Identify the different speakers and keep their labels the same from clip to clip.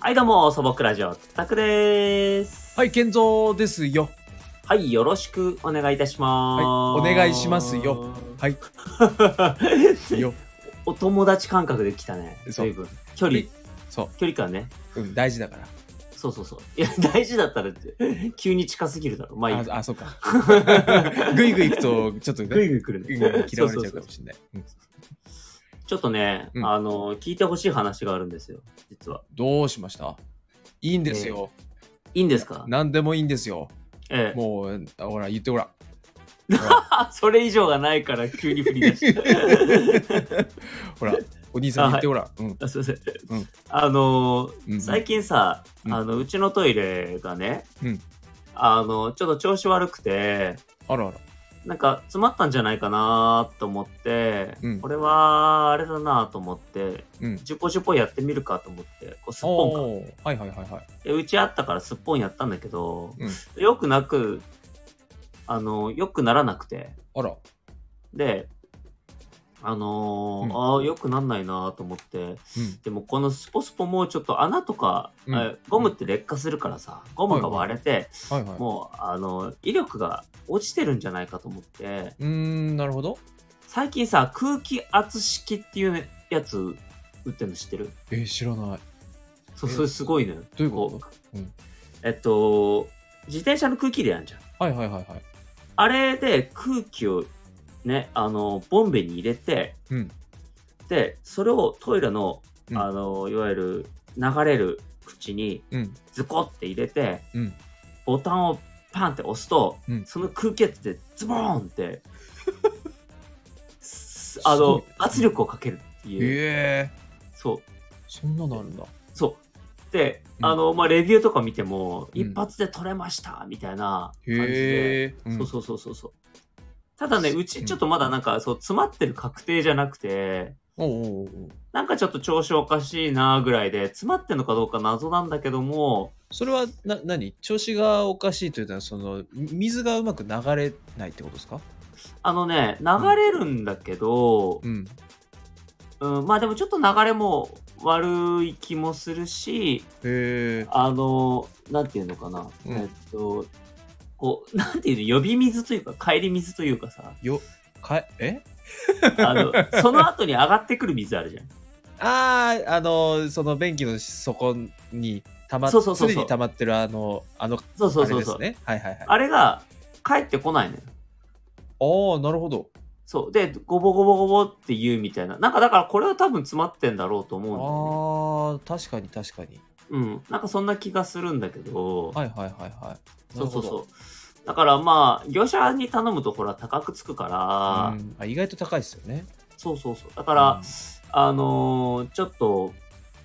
Speaker 1: はい、どうも、素朴ラジオ、つったくです。
Speaker 2: はい、健三ですよ。
Speaker 1: はい、よろしくお願いいたします。
Speaker 2: はいお願いしますよ。はい、 よ。
Speaker 1: お友達感覚で来たね。
Speaker 2: そう
Speaker 1: 随分。距離、
Speaker 2: そ
Speaker 1: 距離感ね。
Speaker 2: う、うん、大事だから。
Speaker 1: そうそうそう。いや、大事だったらって、急に近すぎるだろ。まあいい
Speaker 2: あ、あ、そうか。 ぐいぐい行くと、ちょっとね、
Speaker 1: ぐいぐい来る
Speaker 2: ぐい
Speaker 1: ね。
Speaker 2: ぐい嫌われ
Speaker 1: そうそう
Speaker 2: ちゃう
Speaker 1: そ
Speaker 2: か
Speaker 1: う
Speaker 2: もしれない。うん
Speaker 1: ちょっとね、
Speaker 2: うん
Speaker 1: あの、聞いてほしい話があるんですよ、実は。
Speaker 2: どうしましたいいんですよ。
Speaker 1: いいんですか
Speaker 2: 何でもいいんですよ。
Speaker 1: ええ。
Speaker 2: もう、あほら、言って ほら。
Speaker 1: あ、 それ以上がないから急に振り出し
Speaker 2: ほら、お兄さん言ってほら。うん、
Speaker 1: た。あすいません。
Speaker 2: うん
Speaker 1: あのー
Speaker 2: うん
Speaker 1: 最近さ、
Speaker 2: うん
Speaker 1: あのうちのトイレがね、
Speaker 2: うん
Speaker 1: あのちょっと調子悪くて
Speaker 2: あらあら。
Speaker 1: なんか詰まったんじゃないかなと思って、
Speaker 2: うん
Speaker 1: これはあれだなと思って
Speaker 2: うん。
Speaker 1: ジュポジュポやってみるかと思ってこうすっぽんか
Speaker 2: おーはいはいはいはい。
Speaker 1: でうちあったからすっぽんやったんだけど、
Speaker 2: う
Speaker 1: よくなくあのよくならなくて
Speaker 2: あら。
Speaker 1: であのー
Speaker 2: うん
Speaker 1: あーよくなんないなと思って
Speaker 2: うん。
Speaker 1: でもこのスポスポもうちょっと穴とか、
Speaker 2: うん
Speaker 1: えゴムって劣化するからさゴムが割れて、
Speaker 2: はいはい。
Speaker 1: もうあの威力が落ちてるんじゃないかと思って
Speaker 2: うーん、なるほど。
Speaker 1: 最近さ空気圧式っていうねやつ売ってるの知ってる
Speaker 2: えー、知らない。
Speaker 1: そう
Speaker 2: え
Speaker 1: それすごいのよ
Speaker 2: どういうこと
Speaker 1: こ
Speaker 2: うん
Speaker 1: えっと自転車の空気入れやんじゃん
Speaker 2: はいはいはいはい。
Speaker 1: あれで空気をねあのボンベに入れて
Speaker 2: うん。
Speaker 1: でそれをトイレの
Speaker 2: うん
Speaker 1: あの、いわゆる流れる口に
Speaker 2: うん。
Speaker 1: ズコって入れて、
Speaker 2: うん
Speaker 1: ボタンをパンって押すと、
Speaker 2: うん
Speaker 1: その空気圧でズボーンってすあ
Speaker 2: すご
Speaker 1: の
Speaker 2: い
Speaker 1: 圧力をかけるっていう、
Speaker 2: ええ
Speaker 1: そう
Speaker 2: そんなのあるんだ。
Speaker 1: そうで、
Speaker 2: うん
Speaker 1: あのまあ、レビューとか見ても、
Speaker 2: うん
Speaker 1: 一発で取れましたみたいな感じで、
Speaker 2: へえ。うん
Speaker 1: そうそうそうそうそうただねう
Speaker 2: う
Speaker 1: ち
Speaker 2: ん
Speaker 1: ちょっとまだなんかそう詰まってる確定じゃなくて
Speaker 2: おうおうおう
Speaker 1: なんかちょっと調子おかしいなぐらいで詰まってるのかどうか謎なんだけども
Speaker 2: それはな何調子がおかしいというのはそのみ水がうまく流れないってことですか
Speaker 1: あのね流れるんだけど、
Speaker 2: うん
Speaker 1: うん、まあでもちょっと流れも悪い気もするし、
Speaker 2: へえ
Speaker 1: あの、なんていうのかな、
Speaker 2: うん
Speaker 1: えっと、こう、なんていうの、呼び水というか、帰り水というかさ、
Speaker 2: よかええ
Speaker 1: あ のその後に上がってくる水あるじゃん。
Speaker 2: あああのその便器の底にたまっ
Speaker 1: そうそうそうそう
Speaker 2: 常に溜まってるあのあの
Speaker 1: そうそう
Speaker 2: あ
Speaker 1: そ
Speaker 2: れ
Speaker 1: う
Speaker 2: で
Speaker 1: そう。
Speaker 2: す
Speaker 1: あれ,、
Speaker 2: ねはいはいはい
Speaker 1: が帰ってこないのよ。
Speaker 2: ああなるほど
Speaker 1: そう。で、ゴボゴボゴボって言うみたいな。なんかだからこれは多分詰まってんだろうと思うんだよね。
Speaker 2: あー確かに確かに
Speaker 1: うん。なんかそんな気がするんだけど。
Speaker 2: はいはいはいはい
Speaker 1: そうそう
Speaker 2: なるほど
Speaker 1: そう。だからまあ、業者に頼むとほら高くつくから、
Speaker 2: うんあ意外と高いですよね
Speaker 1: そうそうそう。だから、
Speaker 2: うん
Speaker 1: あのーちょっと、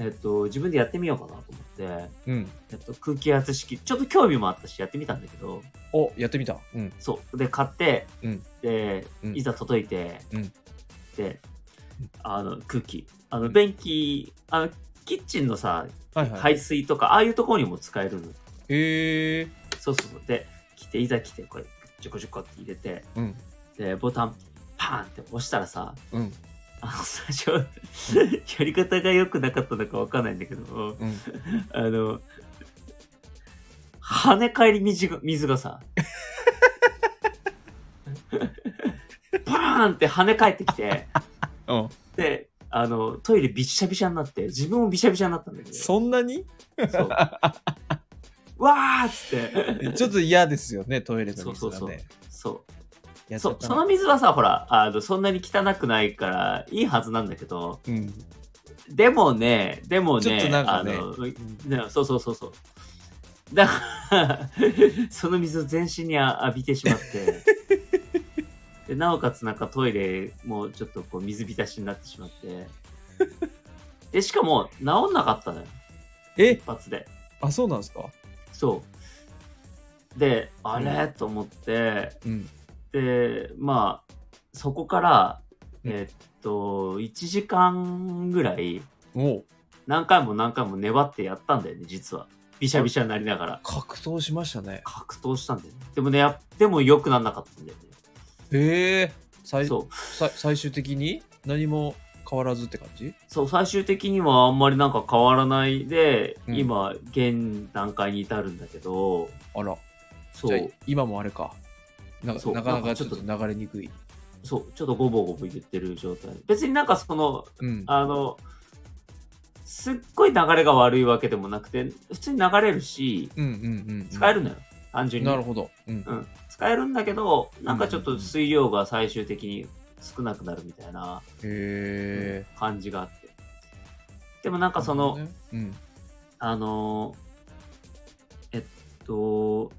Speaker 1: えっと、自分でやってみようかなと思って、
Speaker 2: うん
Speaker 1: えっと、空気圧式、ちょっと興味もあったし、やってみたんだけど、
Speaker 2: おやってみたうん
Speaker 1: そう。で、買って、
Speaker 2: うん
Speaker 1: で、
Speaker 2: うん
Speaker 1: いざ届いて、
Speaker 2: うん
Speaker 1: で
Speaker 2: うん、
Speaker 1: あの、空気、あの、
Speaker 2: うん
Speaker 1: 便器、あの、キッチンのさ、
Speaker 2: はいはい、
Speaker 1: 排水とか、ああいうところにも使えるの。
Speaker 2: へえ
Speaker 1: そうそうそう。で、来て、いざ来て、これ、ちょこちょこって入れて、
Speaker 2: うん
Speaker 1: で、ボタン、パーンって押したらさ、
Speaker 2: うん
Speaker 1: あの最初、 やり方が良くなかったのかわかんないんだけど、
Speaker 2: うん
Speaker 1: あの、跳ね返り水が水がさ、 バーンって跳ね返ってきて、
Speaker 2: うん
Speaker 1: で、あの、トイレびっしゃびしゃになって、自分もびしゃびしゃになったんだけど、
Speaker 2: そんなに
Speaker 1: そうわーっつって、
Speaker 2: ちょっと嫌ですよね、トイレの水がね。
Speaker 1: そうそうそうそう。
Speaker 2: やっちゃ
Speaker 1: そ
Speaker 2: った
Speaker 1: その水はさほらあのそんなに汚くないからいいはずなんだけど
Speaker 2: うん、
Speaker 1: でもねでもね
Speaker 2: ちょっとなんかね
Speaker 1: あのねそうそうそうそうだから その水を全身に浴びてしまってで なおかつなんかトイレもちょっとこう水浸しになってしまってでしかも治んなかったのよ
Speaker 2: え
Speaker 1: 一、発で
Speaker 2: あ、そうなんですか
Speaker 1: そうであれ、と思って
Speaker 2: うん。
Speaker 1: でまあそこから
Speaker 2: うん
Speaker 1: えっと1時間ぐらい
Speaker 2: もう、
Speaker 1: 何回も何回も粘ってやったんだよね実はびしゃびしゃになりながら
Speaker 2: 格闘しましたね。
Speaker 1: 格闘したんだよねでもねやっても良くなんなかったんだよね
Speaker 2: へえ、最
Speaker 1: そ
Speaker 2: さ最終的に何も変わらずって感じ
Speaker 1: そう最終的にはあんまりなんか変わらないで、
Speaker 2: うん
Speaker 1: 今現段階に至るんだけど
Speaker 2: あら
Speaker 1: そ
Speaker 2: じゃあ
Speaker 1: う
Speaker 2: 今もあれかな
Speaker 1: そう
Speaker 2: なか
Speaker 1: な
Speaker 2: な
Speaker 1: ん
Speaker 2: か
Speaker 1: か
Speaker 2: ち
Speaker 1: ち
Speaker 2: ょ
Speaker 1: ょ
Speaker 2: っ
Speaker 1: っ
Speaker 2: と
Speaker 1: と
Speaker 2: 流れにくい、
Speaker 1: そうちょっとごぼごぼ言ってる状態別になんかその
Speaker 2: うん、
Speaker 1: あのすっごい流れが悪いわけでもなくて普通に流れるし
Speaker 2: うんうんうんうん
Speaker 1: 使えるのよ、単純に
Speaker 2: なるほど、うん
Speaker 1: うん、使えるんだけどなんかちょっと水量が最終的に少なくなるみたいな
Speaker 2: へえ
Speaker 1: 感じがあってでもなんかその、
Speaker 2: なるほどね
Speaker 1: あのえっと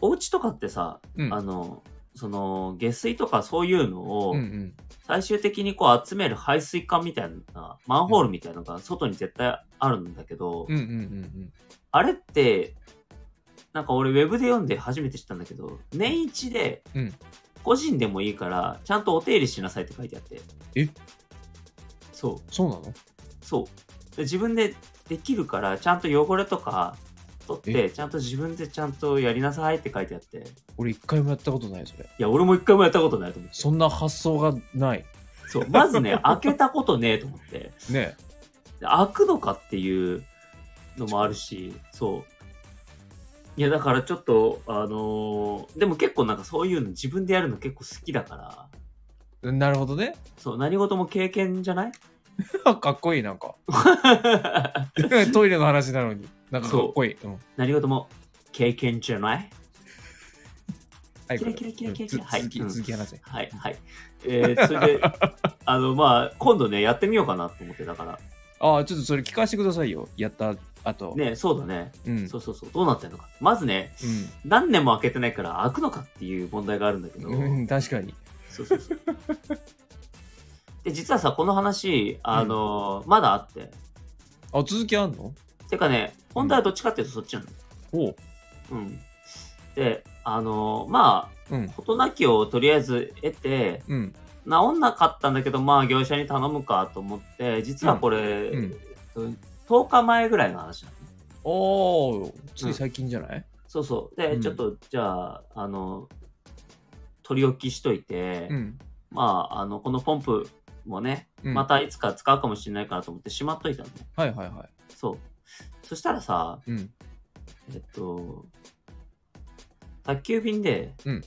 Speaker 1: お家とかってさ、
Speaker 2: うんうん
Speaker 1: あのその下水とかそういうのを
Speaker 2: うんうん
Speaker 1: 最終的にこう集める排水管みたいなマンホールみたいなのが外に絶対あるんだけど、
Speaker 2: うんうんうん
Speaker 1: あれってなんか俺ウェブで読んで初めて知ったんだけど年一で
Speaker 2: うん
Speaker 1: 個人でもいいからちゃんとお手入れしなさいって書いてあって
Speaker 2: え
Speaker 1: そう
Speaker 2: そうなの
Speaker 1: そう。で自分でできるから、ちゃんと汚れとか取って、ちゃんと自分でちゃんとやりなさいって書いてあって。い
Speaker 2: 俺一回もやったことないそれ
Speaker 1: や、俺も一回もやったことないと思って。
Speaker 2: そんな発想がない
Speaker 1: そう。まずね、開けたことねえと思って。で
Speaker 2: ね
Speaker 1: 開くのかっていうのもあるし、そう。いや、だからちょっと、あのーでも結構なんかそういうの自分でやるの結構好きだから、
Speaker 2: なるほどね
Speaker 1: そう、何事も経験じゃない
Speaker 2: かっこいいなんか トイレの話なのになんかかっこいいうん
Speaker 1: 何事も経験じゃない
Speaker 2: はい
Speaker 1: キラキラキラキラキラ
Speaker 2: うんつ続き
Speaker 1: はい
Speaker 2: 続き話せ
Speaker 1: はいはい。えー、それ で、あの、まあ、今度ね、やってみようかなと思って、だから。
Speaker 2: ああちょっとそれ聞かせてくださいよやった後
Speaker 1: ね、そうだね。
Speaker 2: うん
Speaker 1: そうそうそう。どうなってんのか。まずね、
Speaker 2: うん
Speaker 1: 何年も開けてないから開くのかっていう問題があるんだけど。
Speaker 2: うん、確かに。
Speaker 1: そうそうそう。で、実はさ、この話、あの、まだあって。
Speaker 2: あ、続きあんの
Speaker 1: てかね、本題はどっちかっていうとそっちなの。
Speaker 2: おう。
Speaker 1: うん。で、あの、まあ、
Speaker 2: うん。
Speaker 1: 事なきをとりあえず得て、
Speaker 2: うん。
Speaker 1: 治んなかったんだけど、まあ業者に頼むかと思って、実はこれ、
Speaker 2: うん
Speaker 1: えっと10日前ぐらいの話なのね。
Speaker 2: おー、つい最近じゃない
Speaker 1: そうそう。で、
Speaker 2: うん
Speaker 1: ちょっと、じゃあ、あの、取り置きしといて、
Speaker 2: ん。
Speaker 1: まあ、あの、このポンプもね、
Speaker 2: うん
Speaker 1: またいつか使うかもしれないからと思ってしまっといたのね。
Speaker 2: はいはいは
Speaker 1: そう。そしたらさ、
Speaker 2: い。うん。
Speaker 1: えっと、宅急便で、
Speaker 2: うん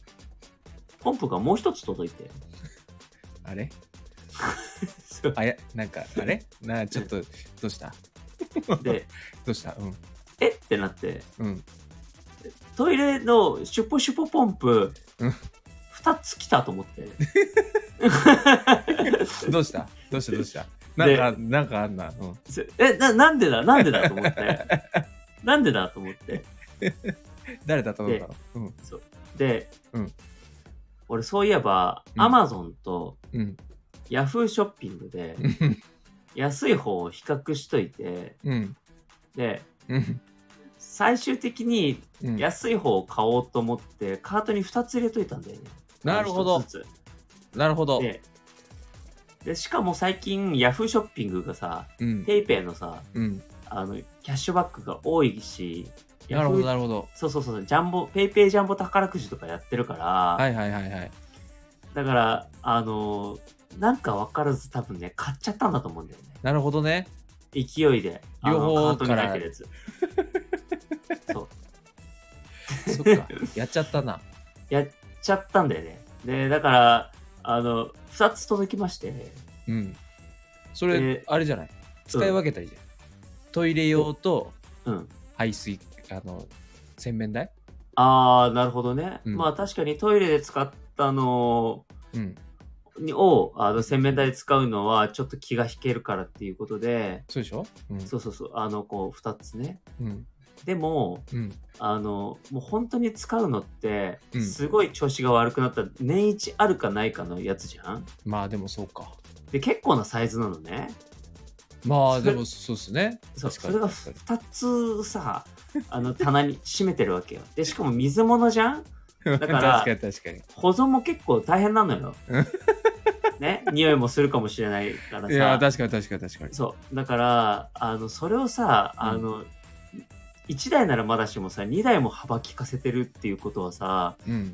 Speaker 1: ポンプがもう一つ届いて。
Speaker 2: あれ
Speaker 1: そう
Speaker 2: あや、なんか、あ れな、ちょっと、どうした
Speaker 1: で、
Speaker 2: どうしたうん。
Speaker 1: えってなって、
Speaker 2: うん。
Speaker 1: トイレのシュポシュポポンプ
Speaker 2: うん、
Speaker 1: 2つ来たと思って。
Speaker 2: どうしたどうしたどうしたなんか、なんかあんな。うん。
Speaker 1: え、ななんでだなんでだと思 って。なんでだと思って。
Speaker 2: 誰だったのだろううん。
Speaker 1: で、
Speaker 2: うん
Speaker 1: 俺そういえば、
Speaker 2: うん
Speaker 1: アマゾンと
Speaker 2: うん。
Speaker 1: ヤフーショッピングで
Speaker 2: うん
Speaker 1: 安い方を比較しといて、
Speaker 2: うん。
Speaker 1: で、
Speaker 2: うん。
Speaker 1: 最終的に
Speaker 2: うん
Speaker 1: 安い方を買おうと思って、カートに2つ入れといたんだよね。
Speaker 2: なるほど
Speaker 1: 一。つず
Speaker 2: なるほ
Speaker 1: つ
Speaker 2: ど。
Speaker 1: でで、しかも最近ヤフーショッピングがさ、
Speaker 2: うん。
Speaker 1: ペイペイのさ、
Speaker 2: うん。
Speaker 1: あの、キャッシュバックが多いし、
Speaker 2: なるほ
Speaker 1: Yahoo
Speaker 2: ど、なるほど。
Speaker 1: そうそうそう、ジャンボ、ペイペイジャンボ宝くじとかやってるから、
Speaker 2: はいはいはいはい。
Speaker 1: だから、あのーなんか分からず多分ね、買っちゃったんだと思うんだよね。
Speaker 2: なるほどね。
Speaker 1: 勢いで、あの
Speaker 2: 両方
Speaker 1: カートに入ってるやつ。
Speaker 2: そっ か。やっちゃったな。
Speaker 1: やっちゃったんだよね。で、だから、あの、2つ届きまして、
Speaker 2: うん。それ、
Speaker 1: で
Speaker 2: あれじゃない使い分けたらいいじゃん。トイレ用と
Speaker 1: うん。
Speaker 2: 排水、あの、洗面台
Speaker 1: あー、なるほどね。
Speaker 2: うん
Speaker 1: まあ確かにトイレで使ったの
Speaker 2: うん。
Speaker 1: にを、あの、洗面台で使うのはちょっと気が引けるからっていうことで、
Speaker 2: そうでしょうん。
Speaker 1: そうそうそう、あの、こう、2つね。
Speaker 2: うん。
Speaker 1: でも、
Speaker 2: うん。
Speaker 1: あの、もう本当に使うのって
Speaker 2: う、ん
Speaker 1: すごい調子が悪くなった、年一あるかないかのやつじゃん
Speaker 2: まあでもそうか。
Speaker 1: で、結構なサイズなのね。
Speaker 2: まあ
Speaker 1: それ
Speaker 2: でもそうですね。
Speaker 1: そうそ
Speaker 2: 確かに
Speaker 1: れが
Speaker 2: 確かに
Speaker 1: 2つさ、あの棚に占めてるわけよ。で、しかも水物じゃんだから
Speaker 2: 確かに確かに。
Speaker 1: 保存も結構大変なの よ
Speaker 2: うん。
Speaker 1: ね、匂いもするかもしれないから
Speaker 2: いや、
Speaker 1: さ。
Speaker 2: 確かに確かに確かに。
Speaker 1: そう。だから、あの、それをさ、あの、1台ならまだしもさ、2台も幅利かせてるっていうことはさ、
Speaker 2: うん。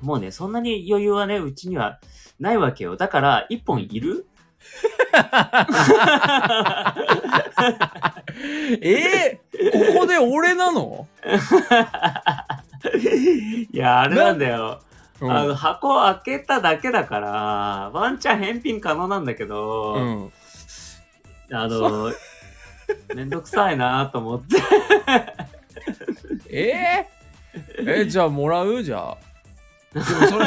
Speaker 1: もうね、そんなに余裕はね、うちにはないわけよ。だから、1本いる
Speaker 2: えー、ここで俺なの、
Speaker 1: いや、あれなんだよ。
Speaker 2: うん、
Speaker 1: あの、箱を開けただけだから、ワンチャン返品可能なんだけど、
Speaker 2: うん、
Speaker 1: あの、 めんどくさいなと思って。
Speaker 2: えー、えじゃあもらうじゃあでも それ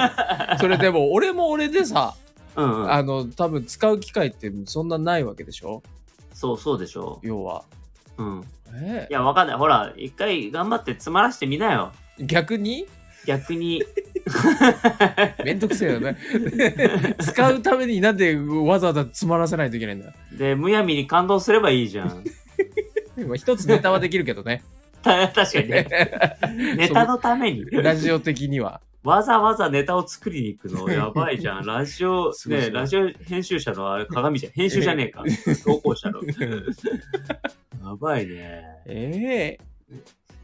Speaker 2: それでも俺も俺でさ
Speaker 1: うん、うん。
Speaker 2: あの多分使う機会ってそんなないわけでしょ
Speaker 1: そうそうでしょ。
Speaker 2: 要は
Speaker 1: うん。
Speaker 2: え
Speaker 1: いや、わかんない。ほら、一回頑張って詰まらしてみなよ。
Speaker 2: ー、逆に
Speaker 1: 逆に。
Speaker 2: めんどくせえよね 使うためになんでわざわざ詰まらせないといけないんだ
Speaker 1: で、むやみに感動すればいいじゃん。
Speaker 2: まあ一つネタはできるけどね
Speaker 1: た確かにね。 ネタのために。
Speaker 2: ラジオ的には
Speaker 1: わざわざネタを作りに行く のやばいじゃん。ラジオ、
Speaker 2: すごいす
Speaker 1: ね、
Speaker 2: ごい
Speaker 1: ラジオ編集者のあれ鏡じゃん。編集じゃねえ か。投稿者の。やばいね。
Speaker 2: ええー、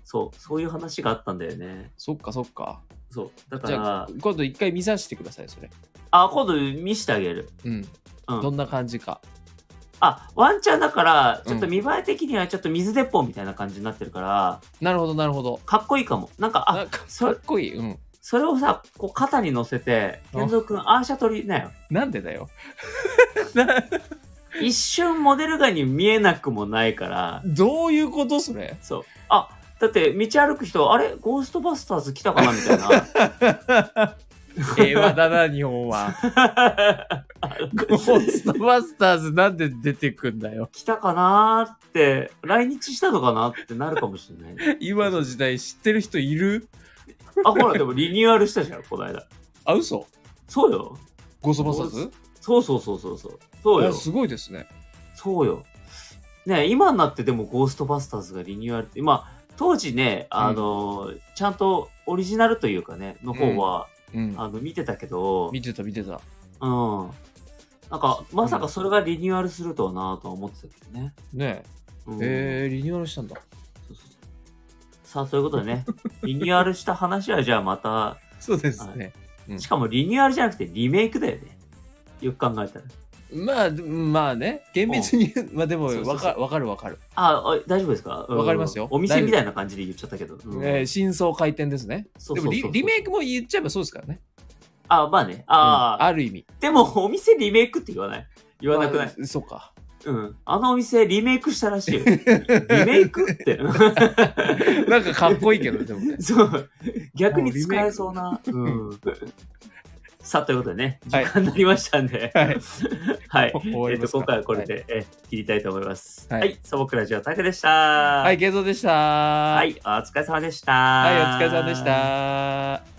Speaker 1: そう、そういう話があったんだよね。
Speaker 2: そっかそっか
Speaker 1: そう。だか
Speaker 2: じゃ
Speaker 1: ら
Speaker 2: あ、今度一回見させてくださいそれ
Speaker 1: あ、今度見してあげる。
Speaker 2: うん
Speaker 1: うん
Speaker 2: どんな感じか
Speaker 1: あ、ワンチャンだから、
Speaker 2: うん
Speaker 1: ちょっと見栄え的にはちょっと水鉄砲みたいな感じになってるから、
Speaker 2: なるほどなるほど
Speaker 1: かっこいいかも。なんか、あ、
Speaker 2: なか
Speaker 1: そ
Speaker 2: かっこいいうん
Speaker 1: それをさ、こう肩に乗せて、
Speaker 2: あ
Speaker 1: 健三君、アーシャ取りなよ。
Speaker 2: なんでだよ
Speaker 1: 一瞬モデルガンに見えなくもないから、
Speaker 2: どういうことそれ
Speaker 1: そう。あ、だって道歩く人、あれゴーストバスターズ来たかなみたいな。
Speaker 2: 平和だな 日本はゴーストバスターズなんで出てくんだよ
Speaker 1: 来たかなーって、来日したのかなってなるかもしれない。
Speaker 2: 今の時代知ってる人いる
Speaker 1: あ、ほら、でもリニューアルしたじゃん、この間。
Speaker 2: あ嘘
Speaker 1: そうよ。
Speaker 2: ゴーストバスターズ
Speaker 1: そうそうそうそうそう。そう
Speaker 2: あ
Speaker 1: よ。
Speaker 2: すごいですね
Speaker 1: そうよ。ね今になってでもゴーストバスターズがリニューアルって、まあ、当時ね、あのーちゃんとオリジナルというかね、の方は、
Speaker 2: うん
Speaker 1: あの、見てたけど、
Speaker 2: 見てた見てた
Speaker 1: うん。なんか、まさかそれがリニューアルするとはなぁとは思ってたけどね。
Speaker 2: ね
Speaker 1: う
Speaker 2: え、
Speaker 1: ん
Speaker 2: えー、リニューアルしたんだ
Speaker 1: そうそうそうさあ、そういうこと でね、リニューアルした話はじゃあまた、
Speaker 2: そうですね
Speaker 1: しかもリニューアルじゃなくてリメイクだよね。よく考えたら。
Speaker 2: まあでまあね厳密に言うまあでも
Speaker 1: そうそうそう
Speaker 2: わかわかるわかる、
Speaker 1: あ、あ大丈夫ですかうん
Speaker 2: わかりますよ
Speaker 1: お店みたいな感じで言っちゃったけど。うん
Speaker 2: えー真相回転ですね
Speaker 1: そう
Speaker 2: で
Speaker 1: そうそ
Speaker 2: も
Speaker 1: う
Speaker 2: リリメイクも言っちゃえばそうですからね
Speaker 1: あ、まあね。
Speaker 2: うん
Speaker 1: あ
Speaker 2: ある意味
Speaker 1: あ、でもお店リメイクって言わない言わなくない、
Speaker 2: まあそうか
Speaker 1: うん。あのお店リメイクしたらしいよ。リメイクって。
Speaker 2: なんかかっこいいけど、でもね。
Speaker 1: そう。逆に使えそうな。うん。さあ、ということでね、時
Speaker 2: はい
Speaker 1: 間になりましたんで、
Speaker 2: はい
Speaker 1: はい。
Speaker 2: 終わ
Speaker 1: え
Speaker 2: り
Speaker 1: っと、
Speaker 2: ますか
Speaker 1: 今回はこれで、え切りたいと思います。は。
Speaker 2: はいい
Speaker 1: 素朴ラジオ、タケでした。
Speaker 2: は、。
Speaker 1: はい
Speaker 2: ゲゾでした。
Speaker 1: はい、お疲れ様でした。
Speaker 2: は、
Speaker 1: はい
Speaker 2: お疲れ様でし。た。